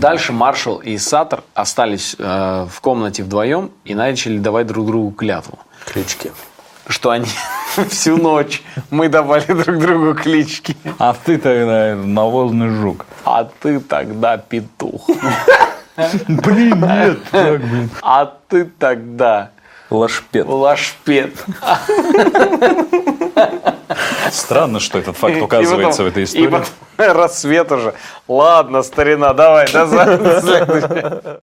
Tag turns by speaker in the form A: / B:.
A: Дальше Маршал и Сатор остались э, в комнате вдвоем и начали давать друг другу клятву,
B: Клички.
A: что они всю ночь мы давали друг другу клички.
C: А ты тогда навозный жук.
A: А ты тогда петух.
C: Блин, нет, так, блин.
A: А ты тогда
B: Лашпет.
A: лашпет.
C: Странно, что этот факт
A: И
C: указывается
A: потом-
C: в этой
A: И
C: истории.
A: потом рассвет уже. Ладно, старина, давай, до за- до следующего.